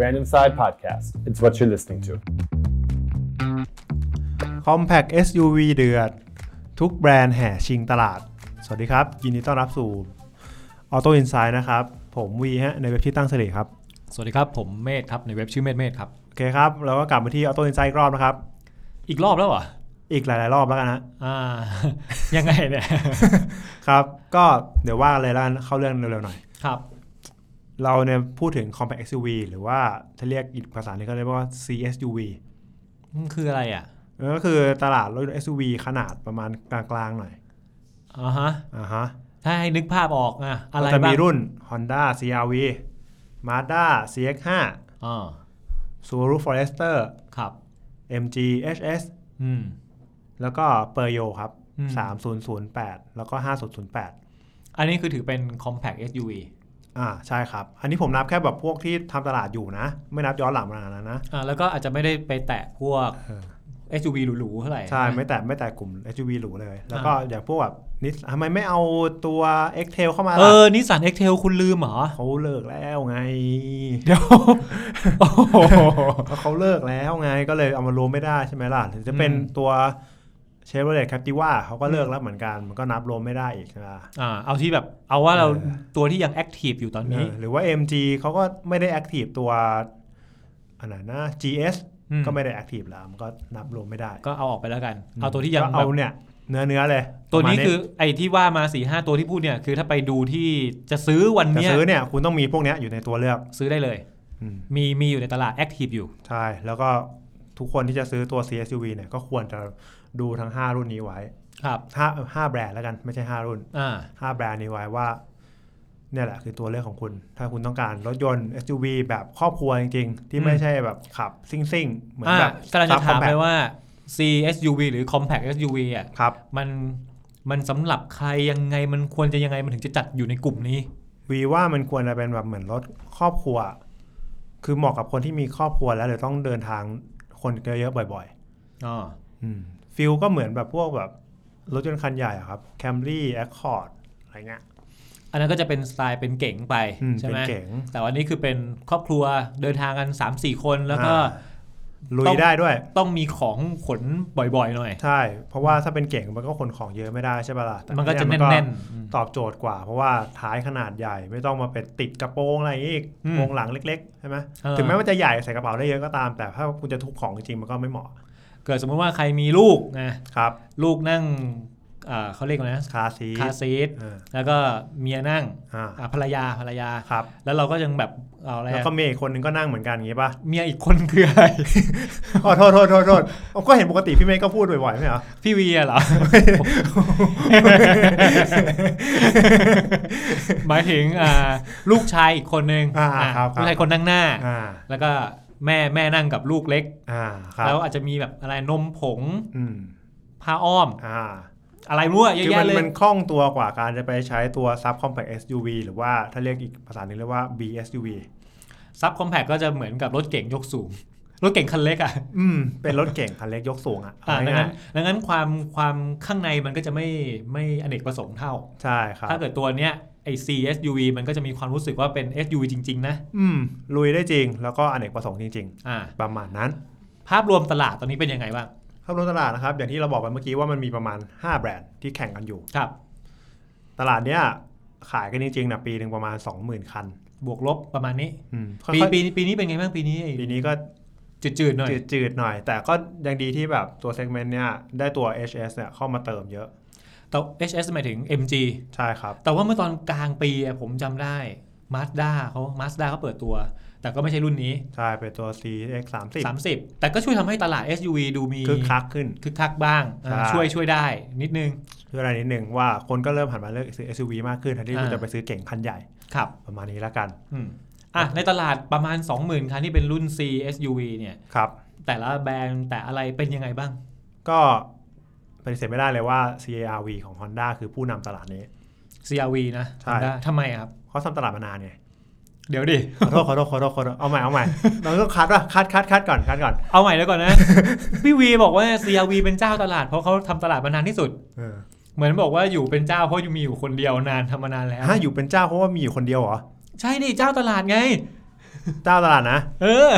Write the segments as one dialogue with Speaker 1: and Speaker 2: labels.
Speaker 1: Random Side Podcast. It's what you're listening to.
Speaker 2: Compact SUV เดือด ทุกแบรนด์แห่ชิงตลาด สวัสดีครับ ยินดีต้อนรับสู่ Auto Insight นะครับ ผมวีฮะ ในเว็บที่ตั้งเสรีครับ
Speaker 3: สวัสดีครับ ผมเมธครับ ในเว็บชื่อเมธเมธครับ
Speaker 2: โอเคครับ เราก็กลับมาที่ Auto Insight อีกรอบนะครับ
Speaker 3: อีกรอบแล้วเหรอ
Speaker 2: อีกหลาย ๆ รอบแล้วกันนะ
Speaker 3: อ่า ยังไงเนี่ย
Speaker 2: ครับ ก็เดี๋ยวว่าอะไรแล้วกันเข้าเรื่องเร็ว ๆ หน่อย
Speaker 3: ครับ
Speaker 2: เราเนี่ยพูดถึง Compact SUV หรือว่าถ้าเรียกอีกภาษาหนี้ก็เรียกว่า CSUV
Speaker 3: มันคืออะไรอ่ะ
Speaker 2: นั่นก็คือตลาดรถยนต์ SUV ขนาดประมาณกลาง ๆ หน่อย
Speaker 3: อ่าฮะ
Speaker 2: อ่าฮะ
Speaker 3: ถ้าให้นึกภาพออกอะอะ
Speaker 2: ก็
Speaker 3: ไร
Speaker 2: จะ
Speaker 3: บ้า
Speaker 2: มี
Speaker 3: ง
Speaker 2: รุ่น Honda CRV Mazda CX5
Speaker 3: อ่า
Speaker 2: Subaru Forester
Speaker 3: ครับ
Speaker 2: MG HS
Speaker 3: อืม
Speaker 2: แล้วก็ Perio ครับ
Speaker 3: อืม
Speaker 2: 3008 แล้วก็ 5008
Speaker 3: อันนี้คือถือเป็น compact SUV
Speaker 2: อ่าใช่ครับ อันนี้ผมนับแค่แบบพวกที่ทำตลาดอยู่นะ ไม่นับย้อนหลังมานะนะ
Speaker 3: อ่าแล้วก็อาจจะไม่ได้ไปแตะพวก SUV หรูๆเท่าไหร่
Speaker 2: ใช่
Speaker 3: นะ
Speaker 2: ไม่แต่ไม่แต่กลุ่ม SUV หรูเลย แล้วก็อย่างพวกแบบนิสทำไมไม่เอาตัว x t a i l เข้ามา
Speaker 3: เอ
Speaker 2: ล่ะ
Speaker 3: อนิสสันเอ็กเทลคุณลืมเหรอ
Speaker 2: เขาเลิกแล้วไง
Speaker 3: เดี๋ยว
Speaker 2: ก็เขาเลิกแล้วไงก็เลยเอามารวมไม่ได้ใช่ไหมล่ะถึงจะเป็น
Speaker 3: อืม
Speaker 2: ตัวเชฟโรเลตแคปติว่าเขาก็เลิกแล้วเหมือนกัน มันก็นับรวมไม่ได้อีกใช่ไหมล่ะ
Speaker 3: อ่าเอาที่แบบเอาว่าเรา
Speaker 2: เออ
Speaker 3: ตัวที่ยังแอคทีฟอยู่ตอนนี้
Speaker 2: เออหรือว่า MG เขาก็ไม่ได้แอคทีฟตัวอันไหนนะ GS
Speaker 3: อืม
Speaker 2: ก็ไม่ได้แอคทีฟแล้ว มันก็นับรวมไม่ได้
Speaker 3: ก็เอาออกไปแล้วกัน เอาตัวที่ยัง
Speaker 2: ก็
Speaker 3: แบ
Speaker 2: เอา
Speaker 3: บ
Speaker 2: เนี่ย เนื้อเนื้อๆเลย
Speaker 3: ตัวนี้
Speaker 2: ประมาณ
Speaker 3: คือไอ้ที่ว่ามา4ีหตัวที่พูดเนี่ยคือถ้าไปดูที่จะซื้อวัน
Speaker 2: จะ
Speaker 3: เนี้ย
Speaker 2: ซื้อเนี่ยคุณต้องมีพวกเนี้ยอยู่ในตัวเลือก
Speaker 3: ซื้อได้เลย
Speaker 2: อืม
Speaker 3: มีมีอยู่ในตลาดแอคทีฟอยู่
Speaker 2: ใช่แล้วก็ทุกคนที่จะซื้อตัว CSUV เนี่ยก็ควรจะดูทั้ง 5 รุ่นนี้ไว้
Speaker 3: ครับ
Speaker 2: 5 5แบรนด์แล้วกันไม่ใช่ 5 รุ่น
Speaker 3: อ่า
Speaker 2: ห้าแบรนด์นี้ไว้ว่า เนี่ยแหละคือตัวเลือกของคุณ ถ้าคุณต้องการรถยนต์ SUV แบบครอบครัวจริงๆ ที่
Speaker 3: อืม
Speaker 2: ไม่ใช่แบบขับซิ่งซิ่งๆเหมือน
Speaker 3: อ่า
Speaker 2: แบบ
Speaker 3: กำลังจะถามไป
Speaker 2: ซับคอแพค
Speaker 3: ว่า CSUV หรือ Compact SUV อ่ะ
Speaker 2: ครับ
Speaker 3: มันมันสำหรับใครยังไงมันควรจะยังไงมันถึงจะจัดอยู่ในกลุ่มนี้
Speaker 2: วีว่ามันควรจะเป็นแบบเหมือนรถครอบครัว คือเหมาะกับคนที่มีครอบครัวแล้วหรือต้องเดินทางคนเยอะๆบ่อย
Speaker 3: อ๋อ
Speaker 2: ๆอืมฟิลก็เหมือนแบบพวกแบบรถยนต์คันใหญ่อะครับแคมรี่แอคคอร์ดอะไรเงี้ย
Speaker 3: อันนั้นก็จะเป็นสไตล์เป็นเก๋งไป
Speaker 2: อืม
Speaker 3: ใช่
Speaker 2: เป็น
Speaker 3: ไหม
Speaker 2: เก๋ง
Speaker 3: แต่วันนี้คือเป็นครอบครัวเดินทางกัน 3-4 คนแล้วก็
Speaker 2: อ่าลุย
Speaker 3: ต้อง
Speaker 2: ได้ด้วย
Speaker 3: ต้องมีของขนบ่อยๆหน่อย
Speaker 2: ใช่ เพราะว่าถ้าเป็นเก่งมันก็ขนของเยอะไม่ได้ใช่ปะล่ะแต่
Speaker 3: มันก็จะ
Speaker 2: เย
Speaker 3: แน่น
Speaker 2: ตอบโจทย์กว่า เพราะว่าท้ายขนาดใหญ่ไม่ต้องมาเป็นติดกระโปรงอะไรอีก
Speaker 3: อืม
Speaker 2: โปรงหลังเล็กๆใช่ไหม
Speaker 3: เออ
Speaker 2: ถึงแม้ว่าจะใหญ่ใส่กระเป๋าได้เยอะก็ตาม แต่ถ้าคุณจะทุกของจริงๆมันก็ไม่เหมาะ
Speaker 3: ๆ เกิดสมมติว่าใครมีลูกนะ
Speaker 2: ครับ
Speaker 3: ลูกนั่งอ่าเขาเรียกว่าอะไรนะ
Speaker 2: คาร์ซีท
Speaker 3: คาร์ซีท
Speaker 2: เออ
Speaker 3: แล้วก็เมียนั่ง
Speaker 2: อ่า
Speaker 3: อ่าภรรยาภรรยา
Speaker 2: ครับ
Speaker 3: แล้วเราก็ยังแบบเอาอะไร
Speaker 2: แล้ว
Speaker 3: อะ
Speaker 2: ก็เมย์อีกคนนึงก็นั่งเหมือนกันอย่างงี้ป่ะ
Speaker 3: เมียอีกคนคืออะไร
Speaker 2: อ๋อโทษโทษโทษโทษผมก็เห็นปกติพี่เมย์ก็พูดบ่อยๆไม่เหรอ
Speaker 3: พี่เวียเหรอ หมายถึงอ่าลูกชายอีกคนนึง
Speaker 2: อ่า
Speaker 3: อ่ะ
Speaker 2: ครับค
Speaker 3: ลูก
Speaker 2: รั
Speaker 3: ชา
Speaker 2: บ
Speaker 3: ยคนนั่งหน้า
Speaker 2: อ่า
Speaker 3: แล้วก็แม่แม่นั่งกับลูกเล็ก
Speaker 2: อ่าครับ
Speaker 3: แล้วอาจจะมีแบบอะไรนมผง
Speaker 2: อืม
Speaker 3: ผ้าอ้อม
Speaker 2: อ่า
Speaker 3: อะไรมั่วเยอะ
Speaker 2: คือ
Speaker 3: แยะ
Speaker 2: มัน
Speaker 3: เลย
Speaker 2: มันคล่องตัวกว่าการจะไปใช้ตัว sub compact SUV หรือว่าถ้าเรียกอีกภาษาหนึ่งเรียกว่า BSUV
Speaker 3: ซับคอมแพคก็จะเหมือนกับรถเก๋งยกสูง รถเก๋งคันเล็กอ่ะ
Speaker 2: อืม เป็นรถเก่งคันเล็กยกสูงอ่ะ
Speaker 3: อ่าดัง
Speaker 2: ง่า
Speaker 3: นั้
Speaker 2: ย
Speaker 3: นดังนั้นความความข้างในมันก็จะไม่ไม่อเนกประสงค์เท่า
Speaker 2: ๆใช่ครับ
Speaker 3: ถ้าเกิดตัวเนี้ยไอ CSUV มันก็จะมีความรู้สึกว่าเป็น SUV จริง ๆ นะ
Speaker 2: อืม ลุยได้จริง แล้วก็อเนกประสงค์จริง
Speaker 3: อ่า
Speaker 2: ๆ ประมาณนั้น
Speaker 3: ภาพรวมตลาดตอนนี้เป็นยังไงบ้าง
Speaker 2: ภาพรวมตลาดนะครับ อย่างที่เราบอกไปเมื่อกี้ว่ามันมีประมาณ 5 แบรนด์ที่แข่งกันอยู่
Speaker 3: ครับ
Speaker 2: ตลาดเนี้ยขายกันจริงๆนะปีหนึ่งประมาณ 20,000 คัน
Speaker 3: บวกลบประมาณนี้
Speaker 2: อืม
Speaker 3: ปี
Speaker 2: ค่อย
Speaker 3: ปีปีนี้เป็นไงบ้างปีนี้ไอ้
Speaker 2: ๆปีนี้ก็
Speaker 3: จืดๆหน่อย
Speaker 2: จืดๆหน่อย แต่ก็ยังดีที่แบบตัวเซกเมนต์เนี้ยได้ตัว HS เนี่ยเข้ามาเติมเยอะ
Speaker 3: แต่ HS หมายถึง MG
Speaker 2: ใช่ครับ
Speaker 3: แต่ว่าเมื่อตอนกลางปีอะผมจำได้ Mazda เขา Mazda เขาเปิดตัว แต่ก็ไม่ใช่รุ่นนี้
Speaker 2: ใช่ เป็นตัว CX 3 0
Speaker 3: 30 แต่ก็ช่วยทำให้ตลาด SUV ดูมี
Speaker 2: คือคักขึ้น
Speaker 3: คึกคักบ้างอ่า
Speaker 2: ใช่
Speaker 3: ช่วยช่วยได้นิดนึง
Speaker 2: คืออะไรนิดหนึ่งว่าคนก็เริ่มหันมาเลือกซื้อ SUV มากขึ้นแทนที่
Speaker 3: อ่า
Speaker 2: คุณจะไปซื้อเก่งคันใหญ่
Speaker 3: ครับ
Speaker 2: ประมาณนี้แล้วกัน
Speaker 3: อืมอ่ะในตลาดประมาณ 20,000 คันที่เป็นรุ่น CSUV เนี่ย
Speaker 2: ครับ
Speaker 3: แต่ละแบรนด์แต่อะไรเป็นยังไงบ้าง
Speaker 2: ก็ปฏิเสธไม่ได้เลยว่า CARV ของ Honda คือผู้นำตลาดนี้
Speaker 3: CRV นะ
Speaker 2: ใช่
Speaker 3: ทำได้ทำไมอะครับ
Speaker 2: เขาทำตลาดมานานไง
Speaker 3: เดี๋ยวดิ
Speaker 2: ขอโทษขอโทษขอโทษขอโทษเอาใหม่เอาใหม่ เราต้องคัดว่ะคัดคัดคัดก่อนคัดก่อน
Speaker 3: เอาใหม่แล้วก่อนนะ พี่วีบอกว่า CRV เป็นเจ้าตลาดเพราะเขาทำตลาดมานานที่สุด
Speaker 2: เออ
Speaker 3: เหมือนบอกว่าอยู่เป็นเจ้าเพราะอยู่มีอยู่คนเดียวนานทำมานานแล้ว
Speaker 2: ฮะอยู่เป็นเจ้าเพราะว่ามีอยู่คนเดียวเหรอ
Speaker 3: ใช่ดิเจ้าตลาดไง
Speaker 2: เจ้าตลาดนะ
Speaker 3: เออ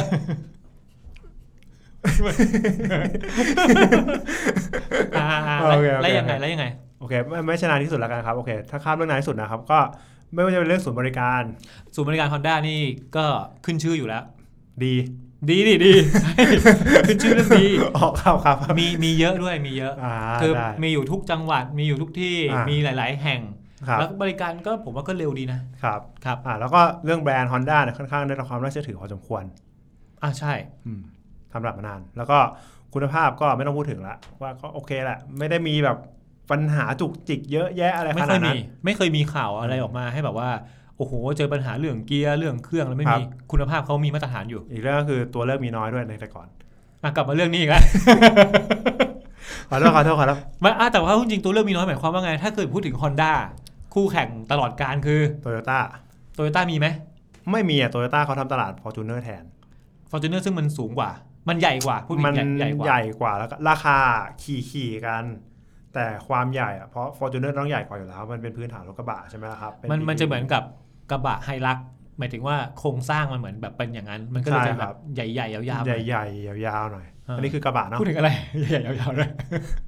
Speaker 3: อ่าๆๆ
Speaker 2: โอเคโอเค
Speaker 3: แล้วยังไงแล้วยังไง
Speaker 2: โอเคไม่ไม่ใชนานที่สุดแล้วกันครับโอเค ถ้าข้ามเรื่องนานที่สุดนะครับ ก็ไม่ว่าจะเป็นเรื่องศูนย์บริการ
Speaker 3: ศูนย์บริการฮอนด้านี่ก็ขึ้นชื่ออยู่แล้ว
Speaker 2: ดี
Speaker 3: ดีดี ดี ขึ้นชื่อเรื่องดี
Speaker 2: ออกครับครับ
Speaker 3: มีมีเยอะด้วยมีเยอะ
Speaker 2: อ่า
Speaker 3: คือ
Speaker 2: ได้
Speaker 3: มีอยู่ทุกจังหวัดมีอยู่ทุกที่
Speaker 2: อ่ามี
Speaker 3: มีหลาย ๆ แห่ง
Speaker 2: ครับ
Speaker 3: แล้วบริการก็ผมว่าก็เร็วดีนะครับครับ
Speaker 2: อ่าแล้วก็เรื่องแบรนด์ Honda เนี่ยค่อนข้างได้รับความน่าเชื่อถือพอสมควร
Speaker 3: อ่าใช่
Speaker 2: ทำหรับมานาน แล้วก็คุณภาพก็ไม่ต้องพูดถึงละว่าก็โอเคแหละไม่ได้มีแบบปัญหาจุกจิกเยอะแยะอะไรข
Speaker 3: ไม่เค
Speaker 2: นาด
Speaker 3: ย
Speaker 2: นั้
Speaker 3: มี
Speaker 2: น
Speaker 3: ไม่เคยมีข่าวอะไรออกมาให้แบบว่าโอ้โหเจอปัญหาเรื่องเกียร์เรื่องเครื่องแล้วไม่
Speaker 2: ครั
Speaker 3: มี
Speaker 2: บ
Speaker 3: คุณภาพเขามีมาตรฐานอยู่
Speaker 2: อีกเรื่องก็คือตัวเลือกมีน้อยด้วยในแต่ก่อน
Speaker 3: อ่ะกลับมาเรื่องนี้อีกแล้ว
Speaker 2: ขอโทษขอโทษขอโทษ
Speaker 3: ไม่อ่ะแต่ว่าจริงๆตัวเลือกมีน้อยหมายความว่าไง ถ้าเกิดพูดถึง Honda คู่แข่งตลอดการคือ
Speaker 2: โตโยต้า
Speaker 3: Toyota มีไหม
Speaker 2: ไม่มีอ่ะโตโยต้าเขาทำตลาด Fortuner แทน
Speaker 3: f o r t u n e r ซึ่งมันสูงกว่า มันใหญ่กว่าพูดผิด
Speaker 2: มัน
Speaker 3: ใหญ่ใหญ่กว่า
Speaker 2: ใหญ่กว่าแล้วก็ราคาขี่ขี่กัน แต่ความใหญ่อะเพราะ Fortuner ต้องใหญ่กว่าอยู่แล้ว มันเป็นพื้นฐานรถกระบะใช่ไหมล่ะครับเป็
Speaker 3: มันมันจะเหมือนกับกระบะไฮลักหมายถึงว่าโครงสร้างมันเหมือนแบบเป็นอย่างนั้น มันก็เลย
Speaker 2: ใช่
Speaker 3: จะ
Speaker 2: ค
Speaker 3: แบ
Speaker 2: รับ
Speaker 3: บใหญ่ๆยาวๆ
Speaker 2: ใหญ่ๆยาวๆหน่อย
Speaker 3: อ่า
Speaker 2: อันนี้คือกระบะเนาะ
Speaker 3: พูดถึงอะไร ใหญ่ๆยาว ๆเลย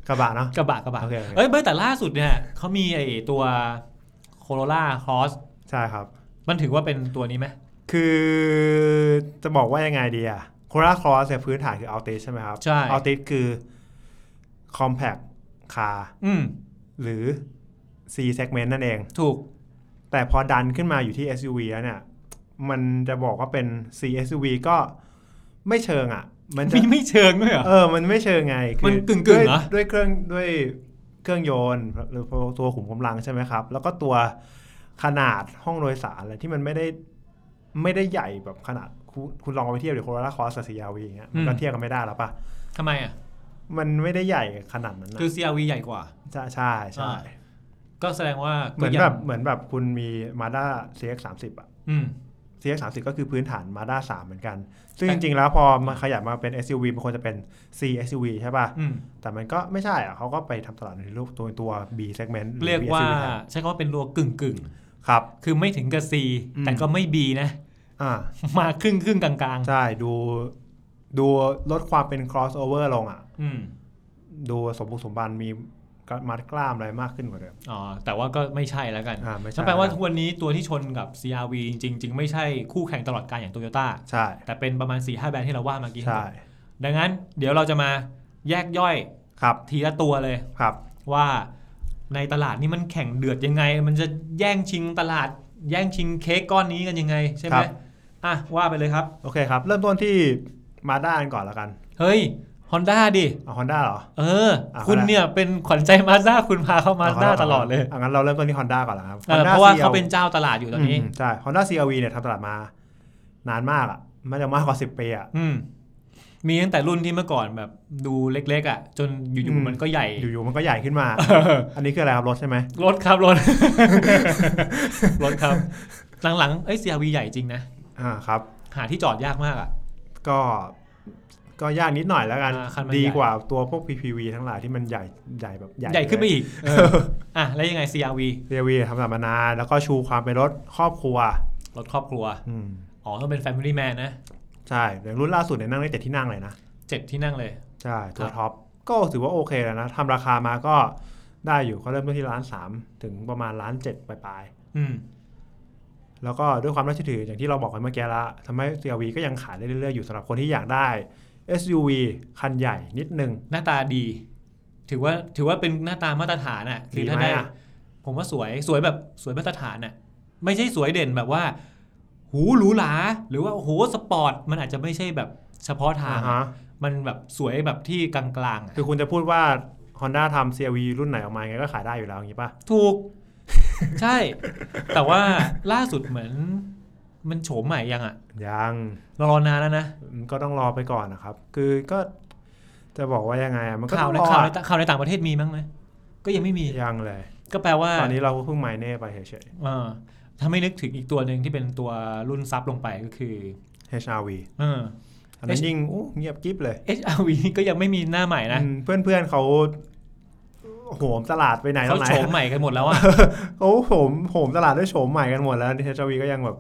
Speaker 2: กระบะเนาะ
Speaker 3: กระบะกระบะ
Speaker 2: โอเคโอเค
Speaker 3: เอ้ยไม่แต่ล่าสุดเนี่ยเขามีไอตัวโคโรล่าครอส
Speaker 2: ใช่ครับ
Speaker 3: มันถือว่าเป็นตัวนี้ไหม
Speaker 2: คือจะบอกว่ายังไงดีอะโคราครอสเนี่ยพื้นฐานคือ o u t ติสใช่ไหมครับ
Speaker 3: ใช่
Speaker 2: เอาติสคือ compact car
Speaker 3: อืม
Speaker 2: หรือ C segment นั่นเอง
Speaker 3: ถูก
Speaker 2: แต่พอดันขึ้นมาอยู่ที่ SUV แล้วเนี่ย มันจะบอกว่าเป็น C SUV ก็ไม่เชิงอ่ะ มันจะ
Speaker 3: มีไม่เชิงด้วยเหรอ
Speaker 2: เออ มันไม่เชิงไงคือ
Speaker 3: มันกึ่งๆ
Speaker 2: ด้วย
Speaker 3: เหรอ
Speaker 2: ด้วยเครื่องด้วยเครื่องยนต์หรือตัวขุมกำลังใช่ไหมครับ แล้วก็ตัวขนาดห้องโดยสารอะไรที่มันไม่ได้ไม่ได้ใหญ่แบบขนาดคุณคุณลองเอาไปเทียบเดี๋ยวโคราคอสกับซีอาวีอย่างเงี้ยมันก็เทียบกันไม่ได้แล้วปะ
Speaker 3: ทำไมอ่ะ
Speaker 2: มันไม่ได้ใหญ่ขนาดนั้นนะ
Speaker 3: คือ CRV ใหญ่กว่า
Speaker 2: ใช่ใช่ใช่
Speaker 3: อ่า ก็แสดงว่า
Speaker 2: เหมือน
Speaker 3: ก็ยัง
Speaker 2: แบบเหมือนแบบคุณมีมาด้า CX 3 0อ่ะ
Speaker 3: อืม
Speaker 2: CX 3 0ก็คือพื้นฐาน Mazda 3 เหมือนกัน ซึ่ง
Speaker 3: แต่
Speaker 2: จริงๆ แล้วพอมาขยับมาเป็น SUV มันควรจะเป็น C SUV ใช่ป่ะ
Speaker 3: อืม
Speaker 2: แต่มันก็ไม่ใช่อ่ะเขาก็ไปทำตลาดในรูปตัวตัว B segment หอ
Speaker 3: เรียก
Speaker 2: B
Speaker 3: ว่า
Speaker 2: SUV แทน
Speaker 3: ใช้คำว่าเป็นรัวกึ่งกึ่ง
Speaker 2: ครับ
Speaker 3: ๆ คือไม่ถึงกับ C
Speaker 2: อืม
Speaker 3: แต่ก็ไม่ B นะ
Speaker 2: อ่า
Speaker 3: มาครึ่งครึ่งๆกลาง
Speaker 2: ใช่ ดูดูลดความเป็น crossover ลงอ่ะ
Speaker 3: ๆ อืม
Speaker 2: ดูสมบุกสมบันมีมัดกล้ามอะไรมากขึ้นกว่าเดิม
Speaker 3: อ๋อ แต่ว่าก็ไม่ใช่แล้วกัน
Speaker 2: อ่า ไม่ใช่
Speaker 3: นั่นแปลว่าทุกวันนี้ตัวที่ชนกับ CRV จริงๆ ไม่ใช่คู่แข่งตลอดการอย่างโตโยต้า
Speaker 2: ใช่
Speaker 3: แต่เป็นประมาณ4ีหแบรนด์ที่เราว่าเมื่อกี้
Speaker 2: ใช่
Speaker 3: ดังนั้นเดี๋ยวเราจะมาแยกย่อย
Speaker 2: ครับ
Speaker 3: ทีละตัวเลย
Speaker 2: ครับ
Speaker 3: ว่าในตลาดนี่มันแข่งเดือดยังไง มันจะแย่งชิงตลาด แย่งชิงเค้กก้อนนี้กันยังไงใช่ไหม
Speaker 2: ครับ
Speaker 3: อ่ะว่าไปเลยครับ
Speaker 2: โอเคครับ เริ่มต้นที่ Mazda กันก่อนละกัน
Speaker 3: เฮ้ยฮอนด้าดิ
Speaker 2: เอา Honda เหรอ
Speaker 3: เออ
Speaker 2: อ่ะ
Speaker 3: คุณ
Speaker 2: ก็ได้
Speaker 3: เนี่ยเป็นขวัญใจมาสด้าคุณพาเข้ามาสด้าตลอดเลย
Speaker 2: ะงั้นเราเริ่มต้นที่ Honda ก่อนละครับ
Speaker 3: เออ
Speaker 2: Honda
Speaker 3: เพราะว่า
Speaker 2: CR-V
Speaker 3: เขาเป็นเจ้าตลาดอยู่ตอนนี้
Speaker 2: มใช่ Honda CRV เนี่ยทำตลาดมานานมากอ่ะไมันจะมากกว่า 10 ปีอ่ะ
Speaker 3: อืม มีตั้งแต่รุ่นที่เมื่อก่อนแบบดูเล็กๆอ่ะ จนอ
Speaker 2: อื
Speaker 3: ยู่
Speaker 2: ม
Speaker 3: ๆมันก็ใหญ่
Speaker 2: อยู่ๆมันก็ใหญ่ ขึ้นมา อันนี้คืออะไรครับ รถใช่ไหม
Speaker 3: รถครับร ถ รถครับ หลังๆ เอ้ย CRV ใหญ่จริงนะ
Speaker 2: อ่าครับ
Speaker 3: หาที่จอดยากมากอ่ะ
Speaker 2: ก็ก็ยากนิดหน่อยแล้วกัน
Speaker 3: อ่าคันมันใหญ่
Speaker 2: ดีกว่าตัวพวก PPV ทั้งหลายที่มันใหญ่ใหญ่แบบใหญ่
Speaker 3: ใหญ่ขึ้นไป
Speaker 2: เลย
Speaker 3: อีกเอออ่ะ แล้วยังไง CRV
Speaker 2: CRV ทำตลาดมานานแล้วก็ชูความเป็นรถครอบครัว
Speaker 3: รถครอบครัว
Speaker 2: อืม
Speaker 3: อ๋อ ต้องเป็น Family Man นะ
Speaker 2: ใช่อย่างรุ่นล่าสุดเนี่ยนั่งได้เจ็ดที่นั่งเลยนะ
Speaker 3: เจ็ดที่นั่งเลย
Speaker 2: ใช่ ตั
Speaker 3: คว รับ
Speaker 2: ท็อป ก็ถือว่าโอเคแล้วนะทำราคามาก็ได้อยู่เขาเริ่มต้นที่ล้านสามถึงประมาณล้านเจ็ดปลายๆ
Speaker 3: อืม
Speaker 2: แล้วก็ด้วยความน่าเชื่อถืออย่างที่เราบอกไปเมื่อกี้ละทำให้ CRV ก็ยังขายได้เรื่อยๆ อยู่สำหรับคนที่อยากได้ SUV คันใหญ่นิดนึง
Speaker 3: หน้าตาดี ถือว่าถือว่าเป็นหน้าตามาตรฐานอ่ะคือ
Speaker 2: ดี
Speaker 3: ถ้า
Speaker 2: ไหม
Speaker 3: ได้
Speaker 2: อ่ะ
Speaker 3: ผมว่าสวยสวยแบบสวยมาตรฐานอ่ะ ไม่ใช่สวยเด่นแบบว่า หูหรูหราหรือว่าโอ้โหสปอร์ตมันอาจจะไม่ใช่แบบเฉพาะทาง
Speaker 2: อ่าฮะ
Speaker 3: มันแบบสวยแบบที่กลางๆอ่ะ
Speaker 2: คือคุณจะพูดว่า Honda ทำ CRV รุ่นไหนออกมาไงก็ขายได้อยู่แล้วอย่างนี้ป่ะ
Speaker 3: ถูก ใช่ แต่ว่าล่าสุดเหมือน มันโฉมใหม่ยังอ่ะ
Speaker 2: ยัง
Speaker 3: รอนานแล้วนะ
Speaker 2: ก็ต้องรอไปก่อนนะครับ คือก็จะบอกว่ายังไงอ่ะมันก็
Speaker 3: ข่าว
Speaker 2: ต้องร
Speaker 3: ใน
Speaker 2: อ
Speaker 3: ข่าวในข่าวในต่างประเทศมีมั้งไหมก็ยังไม่มี
Speaker 2: ยังเลย
Speaker 3: ก็แปลว่า
Speaker 2: ตอนนี้เราเพิ่งไมเน่ไปเฉย
Speaker 3: เออถ้าไม่นึกถึงอีกตัวหนึ่งที่เป็นตัวรุ่นซับลงไปก็คือ
Speaker 2: ๆ HRV
Speaker 3: เออ
Speaker 2: อันนั้น
Speaker 3: H-
Speaker 2: ยิ่งอู้เงียบกิ๊บเลย
Speaker 3: HRV นี่ก็ยังไม่มีหน้าใหม่นะ
Speaker 2: อืมเพื่อนๆเขาโหมตลาดไปไหนตร
Speaker 3: เขา
Speaker 2: งไหน
Speaker 3: โฉมใหม่กันหมดแล้วอ่ะ
Speaker 2: โอ้ผมผมตลาดด้วยโฉมใหม่กันหมดแล้วดิเทชวีก็ยังแบบ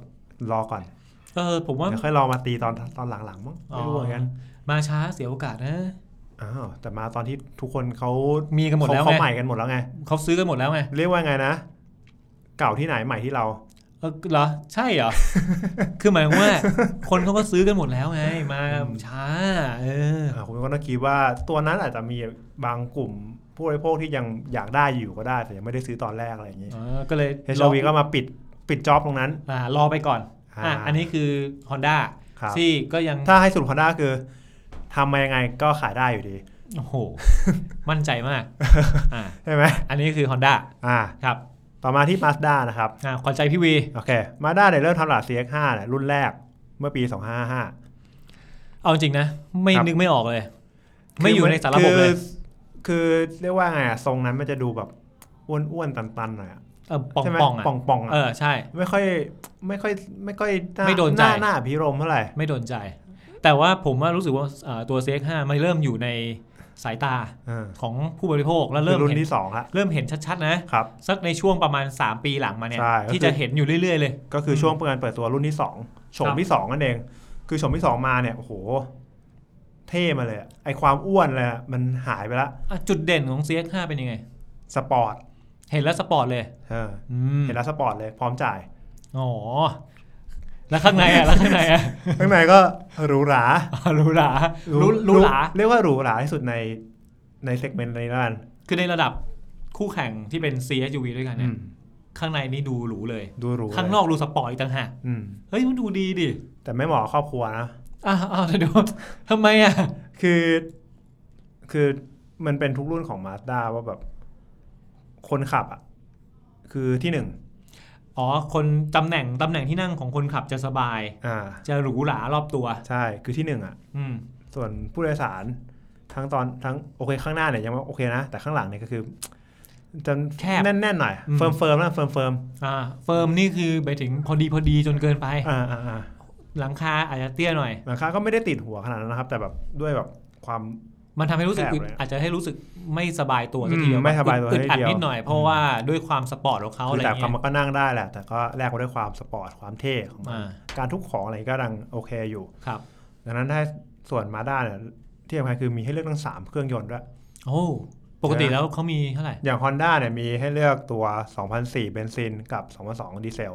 Speaker 2: รอก่อน
Speaker 3: เ เออผมว่า
Speaker 2: เดี๋ยวค่อยลองมาตีตอนตอนหลังๆมั้งไม่รู้เหมือนกัน
Speaker 3: มาช้าเสียโอกาสนะ
Speaker 2: อ้าวแต่มาตอนที่ทุกคนเขา
Speaker 3: มีกันหมดแล้ว
Speaker 2: เขา
Speaker 3: ไง
Speaker 2: ใหม่กันหมดแล้วไง
Speaker 3: เขาซื้อกันหมดแล้วไง
Speaker 2: เรียกว่าไงนะ เก่าที่ไหนใหม่ที่เรา
Speaker 3: เออเหรอใช่ เหรอ คือหมายความว่า คนเขาก็ซื้อกันหมดแล้วไง มาช้า เออ
Speaker 2: อ่าคุณก็ต้องคิดว่าตัวนั้นอาจจะมีบางกลุ่มผู้บริโภคที่ยังอยากได้อยู่ก็ได้ แต่ยังไม่ได้ซื้อตอนแรกอะไรอย่างเงี้ย
Speaker 3: อ๋อก็เลย
Speaker 2: HRV ก็มาปิดปิดจ็อบตรงนั้น
Speaker 3: อ่ารอไปก่อนอ่ะ
Speaker 2: อ่า
Speaker 3: อันนี้คือ Honda
Speaker 2: ครับ
Speaker 3: ที่ก็ยัง
Speaker 2: ถ้าให้สรุปฮอนด้าคือทำมายังไงก็ขายได้อยู่ดี
Speaker 3: โอ้โห มั่นใจมากอ่ะ
Speaker 2: ใช่ไหม
Speaker 3: อันนี้คือ Honda
Speaker 2: อ่า
Speaker 3: ครับ
Speaker 2: ต่อมาที่ Mazda นะครับ
Speaker 3: อ่ะขวัญใจพี่วี
Speaker 2: โอเค Mazda เนี่ยเริ่มทำตลาด CX5 เนี่ยรุ่นแรกเมื่อปี 2555
Speaker 3: เอาจริงนะ ไม่
Speaker 2: ครับ
Speaker 3: นึกไม่ออกเลย ไม่อยู่ในสารระบบ
Speaker 2: คื
Speaker 3: เลย
Speaker 2: อคือเรียกว่าไงอะทรงนั้นมันจะดูแบบอ้วนๆตันๆหน่อยอะ
Speaker 3: เออป่อง
Speaker 2: ใช่ไหม
Speaker 3: ป่องๆอ่ะ
Speaker 2: ป่องๆ
Speaker 3: เอ
Speaker 2: อะ
Speaker 3: อใช่
Speaker 2: ไม่ค่อยไม่ค่อยไม่ค่อยา
Speaker 3: ไม่โดนใจ
Speaker 2: หน้าพิรมย์เท่าไหร่
Speaker 3: ไม่โดนใจ แต่ว่าผมว่ารู้สึกว่าอ่าตัว CX5 มันเริ่มอยู่ในสายตา
Speaker 2: อ่า
Speaker 3: ของผู้บริโภคแล้ว
Speaker 2: คื
Speaker 3: เริ่
Speaker 2: อ
Speaker 3: ม
Speaker 2: รุ่น
Speaker 3: เห็น
Speaker 2: ที่สองละ
Speaker 3: เริ่มเห็นชัดๆนะ
Speaker 2: ครับ
Speaker 3: สักในช่วงประมาณ 3 ปีหลังมาเนี่ย
Speaker 2: ใช่ก็คือ
Speaker 3: ที่จะเห็นอยู่เรื่อยๆเลย
Speaker 2: ก็คือช่วงการเปิดตัวรุ่นที่สองโฉ
Speaker 3: ครั
Speaker 2: ม
Speaker 3: บ
Speaker 2: ที่สองนั่นเอง คือโฉมที่สองมาเนี่ยโอ้โห เท่มาเลยอะไอความอ้วนเลยอะมันหายไปละ
Speaker 3: อ่ะจุดเด่นของ CX5 เป็นยังไง
Speaker 2: สปอร์ต
Speaker 3: เห็นแล้วสปอร์ตเลย
Speaker 2: เออ
Speaker 3: อืม
Speaker 2: เห็นแล้วสปอร์ตเลยพร้อมจ่าย
Speaker 3: อ๋อ แล้วข้างในอ่ะ แล้วข้างในอ่ะ
Speaker 2: ข้างในก็หรูหรา
Speaker 3: หรูหรารู้หรูหรา
Speaker 2: เรียกว่าหรูหราที่สุดในในเซกเมนต์ในร้าน
Speaker 3: คือในระดับคู่แข่งที่เป็น CSUV ด้วยกันเนี่ย
Speaker 2: อืม
Speaker 3: ข้างในนี่ดูหรูเลย
Speaker 2: ดูหรู
Speaker 3: ข้างนอกดูสปอร์ตอีกต่างหาก
Speaker 2: อืม
Speaker 3: เฮ้ยมันดูดีดิ
Speaker 2: แต่ไม่เหมาะกับครอบครัวนะ
Speaker 3: อ้าวอ้าวเดี๋ยวทำไมอ่ะ
Speaker 2: คือคือมันเป็นทุกรุ่นของมาสด้าว่าแบบคนขับอ่ะ คือที่หนึ่ง
Speaker 3: อ๋อ คนตำแหน่งตำแหน่งที่นั่งของคนขับจะสบาย
Speaker 2: อ่า
Speaker 3: จะหรูหรารอบตัว
Speaker 2: ใช่ คือที่หนึ่งอ่ะ
Speaker 3: อืม
Speaker 2: ส่วนผู้โดยสารทั้งตอนทั้งโอเคข้างหน้าเนี่ยยังว่าโอเคนะ แต่ข้างหลังเนี่ยก็คือจะ
Speaker 3: แคบ
Speaker 2: แน่นๆหน่อย
Speaker 3: อืม
Speaker 2: เฟิร์มเฟิร์มๆนะเฟิร์มเฟิร์ม
Speaker 3: อ่า เฟิร์มนี่คือไปถึงพอดีพอดีจนเกินไป
Speaker 2: ๆอ่าอ่าอ่า
Speaker 3: หลังคาอาจจะเตี้ยหน่อย
Speaker 2: หลังคาก็ไม่ได้ติดหัวขนาดนั้นนะครับ แต่แบบด้วยแบบความ
Speaker 3: มันทำให้รู้สึกอึด
Speaker 2: แคบเลยอะ
Speaker 3: อาจจะให้รู้สึกไม่สบายตัว
Speaker 2: อืม
Speaker 3: สักทีเดียว
Speaker 2: ไม่สบายตัว
Speaker 3: อึดอั
Speaker 2: สัก
Speaker 3: ด
Speaker 2: ทีเดียว
Speaker 3: นิดหน่อยเพราะว่าด้วยความสปอร์ตของเขาอะไร
Speaker 2: คือ อแต่
Speaker 3: ย่าง
Speaker 2: ควา
Speaker 3: เงี้
Speaker 2: ม
Speaker 3: ย
Speaker 2: มันก็นั่งได้แหละ แต่ก็แลกมาด้วยความสปอร์ตความเท่ของมัน
Speaker 3: อ่า
Speaker 2: การทุกของอะไรก็ดังโอเคอยู่
Speaker 3: ครับ
Speaker 2: ดังนั้นถ้าส่วนมาด้าเนี่ยที่สำคัญคือมีให้เลือกทั้ง 3 เครื่องยนต์ด้วย
Speaker 3: โอ้ปกติแล้วเขามีเท่าไหร่
Speaker 2: อย่าง Honda เนี่ยมีให้เลือกตัว 2004 เบนซินกับ 2002 ดีเซล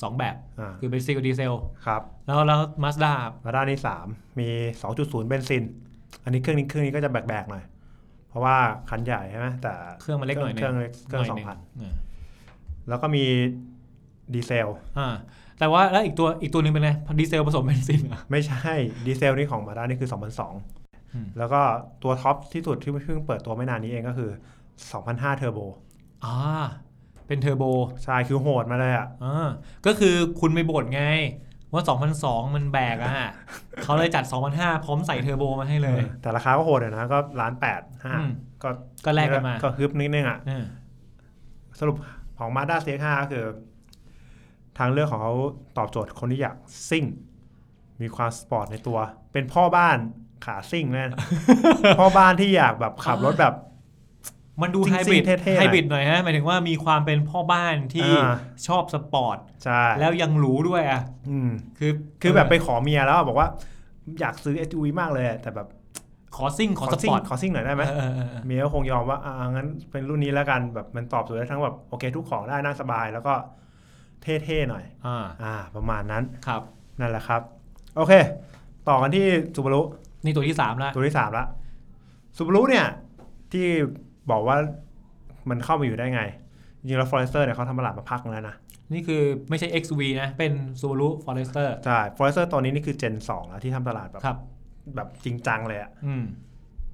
Speaker 3: สองแบบ
Speaker 2: อ่า
Speaker 3: คือเบนซินกับดีเซล
Speaker 2: ครับ
Speaker 3: แล้วแล้วมาสด้า
Speaker 2: มาด้านี่ 3 มี 2.0 เบนซิน อันนี้เครื่องนี้เครื่องนี้ก็จะแบกๆหน่อย เพราะว่าคันใหญ่ใช่ไหมแต่
Speaker 3: เครื่องมันเล็กหน่อยหนึ
Speaker 2: เค
Speaker 3: ง
Speaker 2: รื่องเล็กเครื่องสอง
Speaker 3: ห
Speaker 2: พัน
Speaker 3: ยหนึ่ง
Speaker 2: แล้วก็มีดีเซล
Speaker 3: อ่าแต่ว่าแล้วอีกตัวอีกตัวหนึงเป็นไงดีเซลผสมเบนซินเหรอ
Speaker 2: ไม่ใช่ดีเซลนี่ของมาด้านี่คือ
Speaker 3: อืม
Speaker 2: 2002 แล้วก็ตัวท็อปที่สุดที่เพิ่งเปิดตัวไม่นานนี้เองก็คือ 2005เทอร์โบ
Speaker 3: อ่าเป็นเทอร์โบ
Speaker 2: ใช่คือโหดมาเลยอ่ะ
Speaker 3: อ่าก็คือคุณไปบ่นไง ว่า 2002 มันแบก อะ เขาเลยจัด 2005 พร้อมใส่เทอร์โบมาให้เลย
Speaker 2: แต่ราคาก็โหดเลยนะ ก็ล้านแปดห้า
Speaker 3: อืม
Speaker 2: ก็
Speaker 3: ก็แลกกันมา
Speaker 2: ก็ฮึบนิดนึงอ่ะ
Speaker 3: อ่า
Speaker 2: สรุปของ Mazda CX-5 ก็คือ ทางเลือกของเขาตอบโจทย์คนที่อยากซิ่ง มีความสปอร์ตในตัว เป็นพ่อบ้านขาซิ่งแน่ พ่อบ้านที่อยากแบบขับรถแบบ
Speaker 3: มันดู
Speaker 2: จริง
Speaker 3: ไฮ
Speaker 2: ๆ
Speaker 3: บริด
Speaker 2: เท่ๆหน่อย
Speaker 3: ไฮบริดหน่อยฮะหมายถึงว่ามีความเป็นพ่อบ้านที่
Speaker 2: อ่า
Speaker 3: ชอบสปอร์ต
Speaker 2: ใช่
Speaker 3: แล้วยังหรูด้วยอ่ะ
Speaker 2: อืม
Speaker 3: คือ
Speaker 2: คือแบบไปขอเมียแล้วอะบอกว่า อยากซื้อ SUV มากเลยอะแต่แบบ
Speaker 3: ขอซิ่งขอส
Speaker 2: ซิ่
Speaker 3: ป
Speaker 2: ง
Speaker 3: อร์ต
Speaker 2: ขอซิ่งหน่อยได้ไหม
Speaker 3: เออเออเออ
Speaker 2: เมียก็คงยอมว่าอ่างั้นเป็นรุ่นนี้แล้วกันแบบมันตอบโจทย์ได้ทั้งแบบโอเค ทุกของได้นั่งสบายแล้วก็เท่ๆหน่อย
Speaker 3: อ่า
Speaker 2: อ่า ประมาณนั้น
Speaker 3: ครับ
Speaker 2: นั่นแหละครับ โอเค ต่อกันที่ซูบารุ
Speaker 3: นี่ตัวที่สามละ
Speaker 2: ตัวที่สามละซูบารุเนี่ย ที่บอกว่ามันเข้ามาอยู่ได้ไง จริงๆแล้วฟอ r ์เรสเตอร์เนี่ยเขาทำตลาดมาพักแล้วนะ
Speaker 3: นี่คือไม่ใช่ XV นะ เป็น Subaru Forester
Speaker 2: ใช่ฟอ r ์เรสเตอร์ตอนนี้นี่คือเจนสองแล้วที่ทำตลาดแบบ
Speaker 3: ครับ
Speaker 2: แบบจริงจังเลยอะ
Speaker 3: อืม